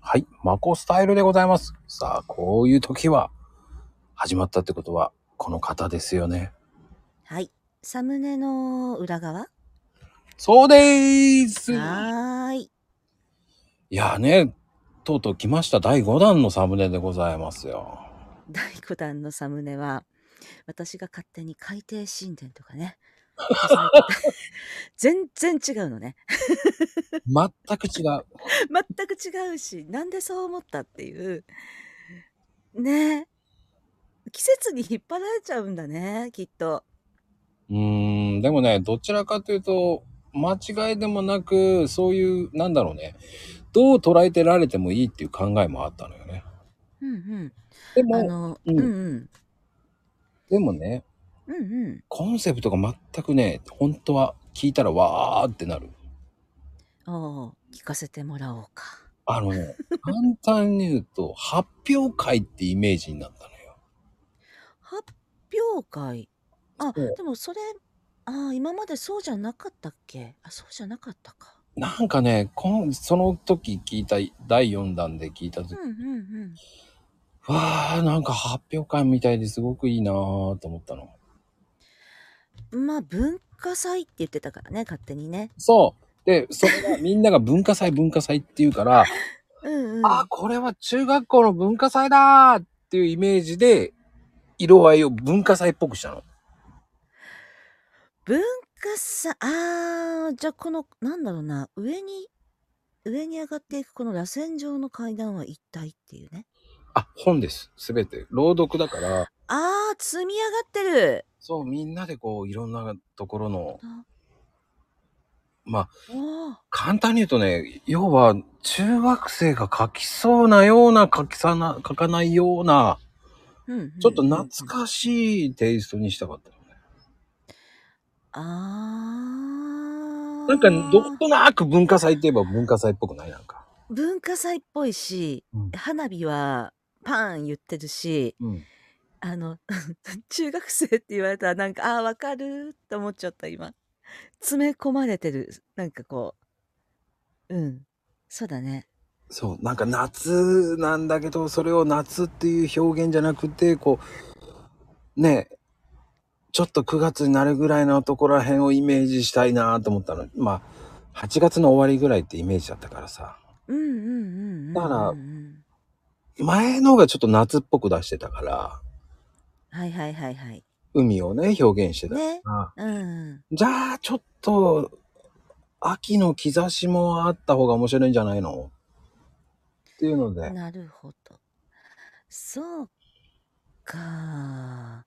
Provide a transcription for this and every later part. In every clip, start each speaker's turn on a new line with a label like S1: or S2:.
S1: はい。マコスタイルでございます。さあ、こういう時は、始まったってことは、この方ですよね。
S2: はい。サムネの裏側は
S1: そうでーす
S2: ーい。
S1: いやーね、とうとう来ました第5弾のサムネでございますよ。
S2: 第5弾のサムネは、私が勝手に海底神殿とか ね。重ねて全然違うのね。
S1: 全く違う。
S2: 全く違うし、なんでそう思ったっていう。ねえ。季節に引っ張られちゃうんだね、きっと。
S1: うーん、でもね、どちらかというと、間違いでもなく、そういう、なんだろうね、どう捉えてられてもいいっていう考えもあったのよね。
S2: うんうん。
S1: で
S2: あ
S1: も、
S2: の、
S1: う
S2: うんんうん。
S1: でもね、
S2: うんうん。
S1: コンセプトが全くね、本当は聞いたらわーってなる。
S2: おー聞かせてもらおうか。
S1: あのね、簡単に言うと、発表会ってイメージになったのよ。
S2: 発表会あ
S1: そう
S2: でもそれあー今までそうじゃなかったっけあそうじゃなかったか
S1: なんかね、このその時聞いた、第4弾で聞いた
S2: う
S1: 時
S2: ん、うんうん
S1: わー、なんか発表会みたいですごくいいなーと思ったの。
S2: まあ文化祭って言ってたからね勝手にね
S1: そう。で、それがみんなが文化祭文化祭って言うから、
S2: うんうん
S1: あ、これは中学校の文化祭だーっていうイメージで、色合いを文化祭っぽくしたの。
S2: 文化祭あーじゃあこのなんだろうな上に上に上がっていくこの螺旋状の階段は一体っていうね
S1: あ、本です。すべて。朗読だから、
S2: あー積み上がってる
S1: そう、みんなでこう、いろんなところの、
S2: あ
S1: まあ、
S2: おー
S1: 簡単に言うとね、要は、中学生が書きそうなような書きさな、書かないような、
S2: うんうんうん
S1: ちょっと懐かしいテイストにしたかったのね。
S2: あー
S1: なんか、どことなく文化祭って言えば文化祭っぽくないなんか。
S2: 文化祭っぽいし、
S1: うん
S2: 花火はパーン言ってるし
S1: うん。
S2: あの 中学生って言われたらなんかああわかるって思っちゃった今詰め込まれてるなんかこううんそうだね
S1: そう、なんか夏なんだけど、それを夏っていう表現じゃなくて、こう、ねえ、ちょっと9月になるぐらいのところら辺をイメージしたいなと思ったの。まあ、8月の終わりぐらいってイメージだったからさ。
S2: うんうんうんうん
S1: だから
S2: うんうん
S1: 前の方がちょっと夏っぽく出してたから、
S2: はいはいはいはい
S1: 海をね、表現してたから。
S2: ねうんうん
S1: じゃあ、ちょっと、秋の兆しもあった方が面白いんじゃないのっていうので、
S2: なるほどそうか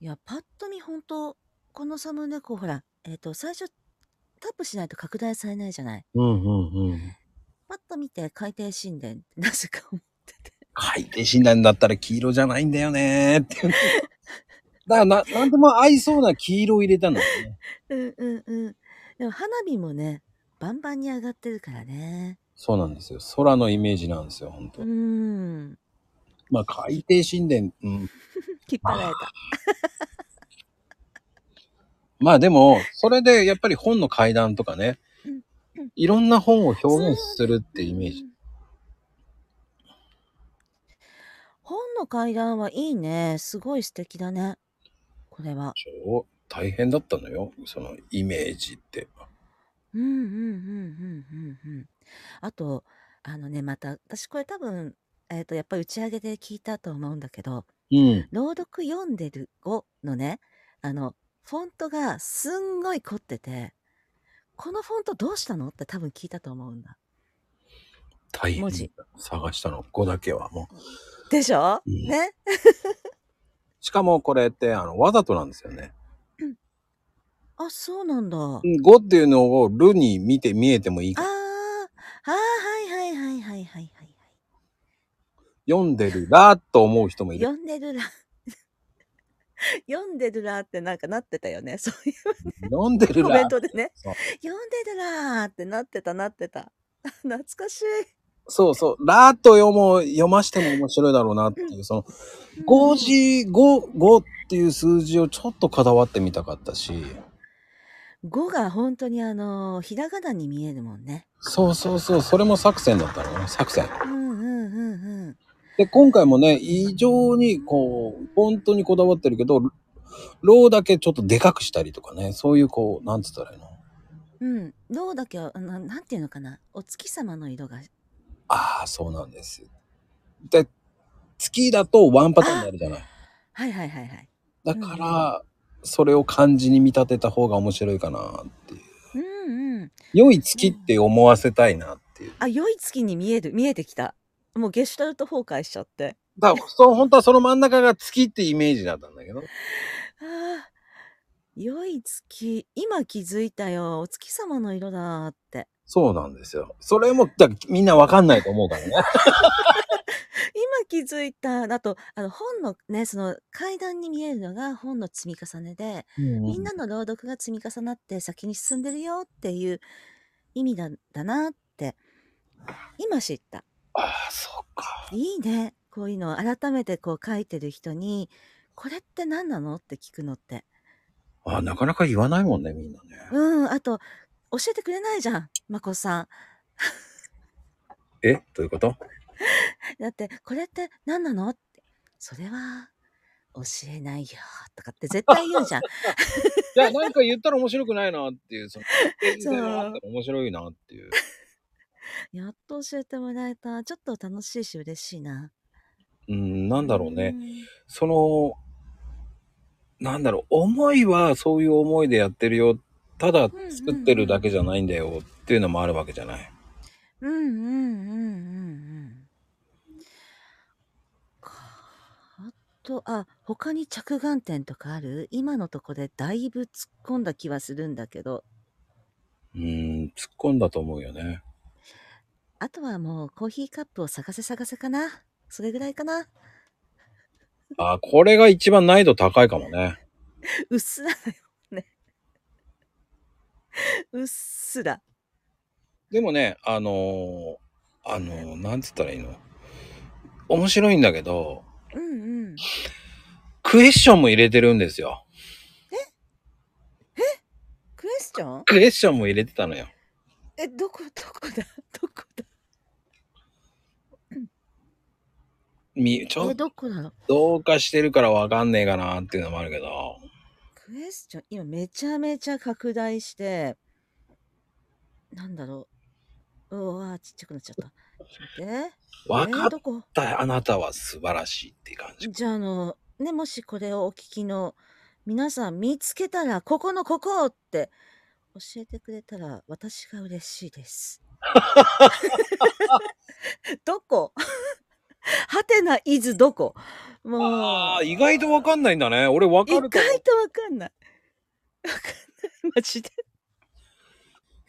S2: いやパッと見本当このサムネこうほらえっ、と最初タップしないと拡大されないじゃない
S1: うんうんうん。
S2: パッと見て海底神殿ってなぜか思ってて。
S1: 海底診断だったら黄色じゃないんだよ ねーっていう。だからな、なんでも合いそうな黄色を入れたんだよね。
S2: うんうんうん。でも花火もね、バンバンに上がってるからね。
S1: そうなんですよ。空のイメージなんですよ、本当
S2: う。ーん。
S1: まあ、海底神殿、うん。
S2: 引っ張られた。
S1: まあでも、それでやっぱり本の階段とかね
S2: うんうん、
S1: いろんな本を表現するってイメージ
S2: う。ん。本の階段はいいね。すごい素敵だね。これは。
S1: そう大変だったのよ、そのイメージって。
S2: うんうんうんうんうんうん。あと、あのね、また、私これ多分、えっ、と、やっぱり打ち上げで聞いたと思うんだけど、
S1: うん。
S2: 朗読読んでる語のねあのフォントがすんごい凝っててこのフォントどうしたのって多分聞いたと思うんだ
S1: 大変
S2: 文字。
S1: 探したの、5だけはもう。
S2: でしょ、
S1: うん
S2: ね
S1: しかもこれって、あの、わざとなんですよね。
S2: あそうなんだ、あ
S1: 5っていうのをルに見て見えてもいい
S2: ー
S1: か
S2: あーはいはいはいはいはいはい
S1: 読んでるなと思う人もいる。
S2: 読んでるら 読んでるらってなんかなってたよねそうい
S1: 読んで
S2: う
S1: る
S2: コメ
S1: な
S2: ントでね
S1: そう
S2: 読んでるらってなってたなってた 懐かし
S1: そうそう。ラーっと読もう、読ましても面白いだろうなっていう、その、
S2: い
S1: 5時、5、5っていう数字をちょっとかだわってみたかったし、
S2: 5がほんとにあの、ひらがなに見えるもんね。
S1: そうそうそう、それも作戦だったのね、作戦。
S2: うんうんうんうん。
S1: で、今回もね、異常にこう、本当にこだわってるけど、ローだけちょっとでかくしたりとかね、そういうこう、なんつったらいいの
S2: うん。ローだけは、あのなんていうのかな。お月様の色が。
S1: ああ、そうなんです。で、月だとワンパターンになるじゃない。
S2: はいはいはいはい。
S1: だから、それを漢字に見立てた方が面白いかなっていう。
S2: うんうん。
S1: 良い月って思わせたいなっていう。
S2: あ、良い月に見える、見えてきた。もうゲシュタルト崩壊しちゃって。
S1: だから、そう、本当はその真ん中が月ってイメージだったんだけど。
S2: ああ。良い月。今気づいたよ。お月様の色だって。
S1: そうなんですよ。それも、だからみんなわかんないと思うからね。
S2: 今気づいた。あと、あの、本のね、その階段に見えるのが本の積み重ねで、みんなの朗読が積み重なって先に進んでるよっていう意味なんだなって、今知った。
S1: ああ、そうか。
S2: いいね。こういうのを改めてこう書いてる人に、これって何なのって聞くのって。
S1: ああ、なかなか言わないもんね、みんなね。
S2: うん、あと、教えてくれないじゃん、まこさん。
S1: えどういうこと
S2: だって、これって何なのって。それは、教えないよ、とかって絶対言うじゃん。
S1: いや、なんか言ったら面白くないなっていう、その、全然あったら面白いなっていう。
S2: やっと教えてもらえた。ちょっと楽しいし嬉しいな。
S1: うん、なんだろうね。
S2: ん。
S1: その、なんだろう、思いはそういう思いでやってるよ。ただ
S2: んうん
S1: 作ってるだけじゃないんだよっていうのもあるわけじゃない。
S2: うんうんうんうんうん。かあと、あ、他に着眼点とかある今のとこでだいぶ突っ込んだ気はするんだけど、
S1: うん、突っ込んだと思うよね。
S2: あとはもうコーヒーカップを探せ探せかな。それぐらいかな。
S1: あ、これが一番難易度高いかもね。
S2: うっすらだよね。うっすら。
S1: でもね、あのーあのーなんつったらいいの面白いんだけど、
S2: うんうん。
S1: クエスチョンも入れてるんですよ。
S2: クエスチョン
S1: クエスチョンも入れてたのよ。
S2: え、どこ、どこだ、どこだ。
S1: み、ちょ
S2: え、
S1: っと
S2: どこだろう。
S1: 同化してるからわかんねえかなっていうのもあるけど。
S2: クエスチョン今めちゃめちゃ拡大してなんだろううわちっちゃくなっちゃったちょっと待って
S1: わ
S2: え
S1: か
S2: ー
S1: っ
S2: どこ
S1: た、あなたは素晴らしいっていう感じ。
S2: じゃああのねもしこれをお聞きの皆さん見つけたらここのここって教えてくれたら私が嬉しいです どこはてな伊豆どこもう
S1: ああ、意外とわかんないんだね。俺わ
S2: 意
S1: かる
S2: 外
S1: と思う。
S2: とわかんないわかんないマジで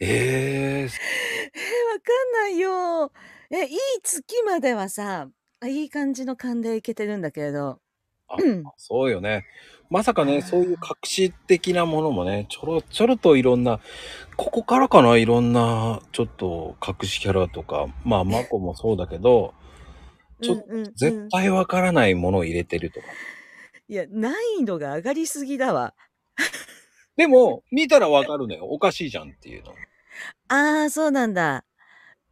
S1: ええー、
S2: えー、わかんないよ。え、いい月まではさ、あいい感じの勘でいけてるんだけれど。
S1: あ
S2: うん
S1: そうよね。まさか
S2: あ
S1: ね、
S2: ー
S1: そういう隠し的なものもね、ちょろちょろといろんな、ここからかないろんな、ちょっと隠しキャラとか、まあ、マコもそうだけど、ちょっと
S2: うんうんうん
S1: 絶対わからないものを入れてるとか。
S2: いや、難易度が上がりすぎだわ。
S1: でも、見たらわかるのよ。おかしいじゃんっていうの。
S2: ああ、そうなんだ。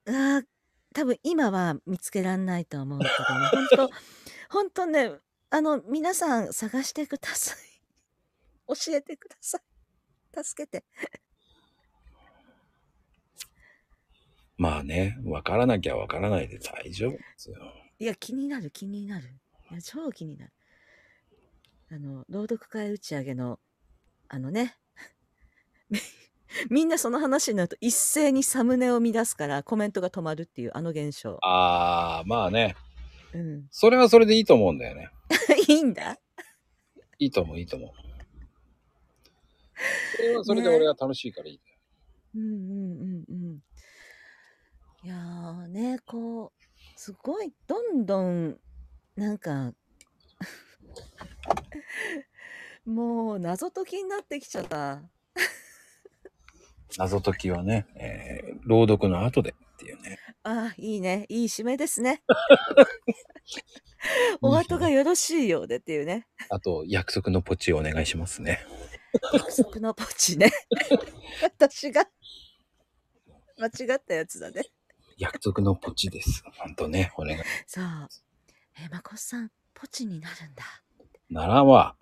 S2: あー多分今は見つけらんないと思うけどね。 本当本当ね、あの、皆さん探してください。 教えてください。助けて。
S1: まあね、わからなきゃわからないで大丈夫ですよ。
S2: いや、気になる、気になる。いや、超気になる。あの、朗読会打ち上げの、あのね、 みみんなその話になると一斉にサムネを乱すからコメントが止まるっていうあの現象。
S1: ああ、まあね、
S2: うん。
S1: それはそれでいいと思うんだよね。
S2: いいんだ
S1: いいと思う、いいと思う。それはそれで俺は楽しいからいい。
S2: うんうんうんうん。いやーね、こう、すごい、どんどん、なんか、 もう謎解きになってきちゃった。
S1: 謎解きはね、えー朗読の後でっていうね。
S2: ああ、いいね。いい締めですね。お後がよろしいようでっていうね。
S1: あと、約束のポチをお願いしますね。
S2: 約束のポチね。 私が、間違ったやつだね。
S1: 約束のポチです。ほんとね、お願い。
S2: そう。え、まこさん、ポチになるんだ。
S1: ならば。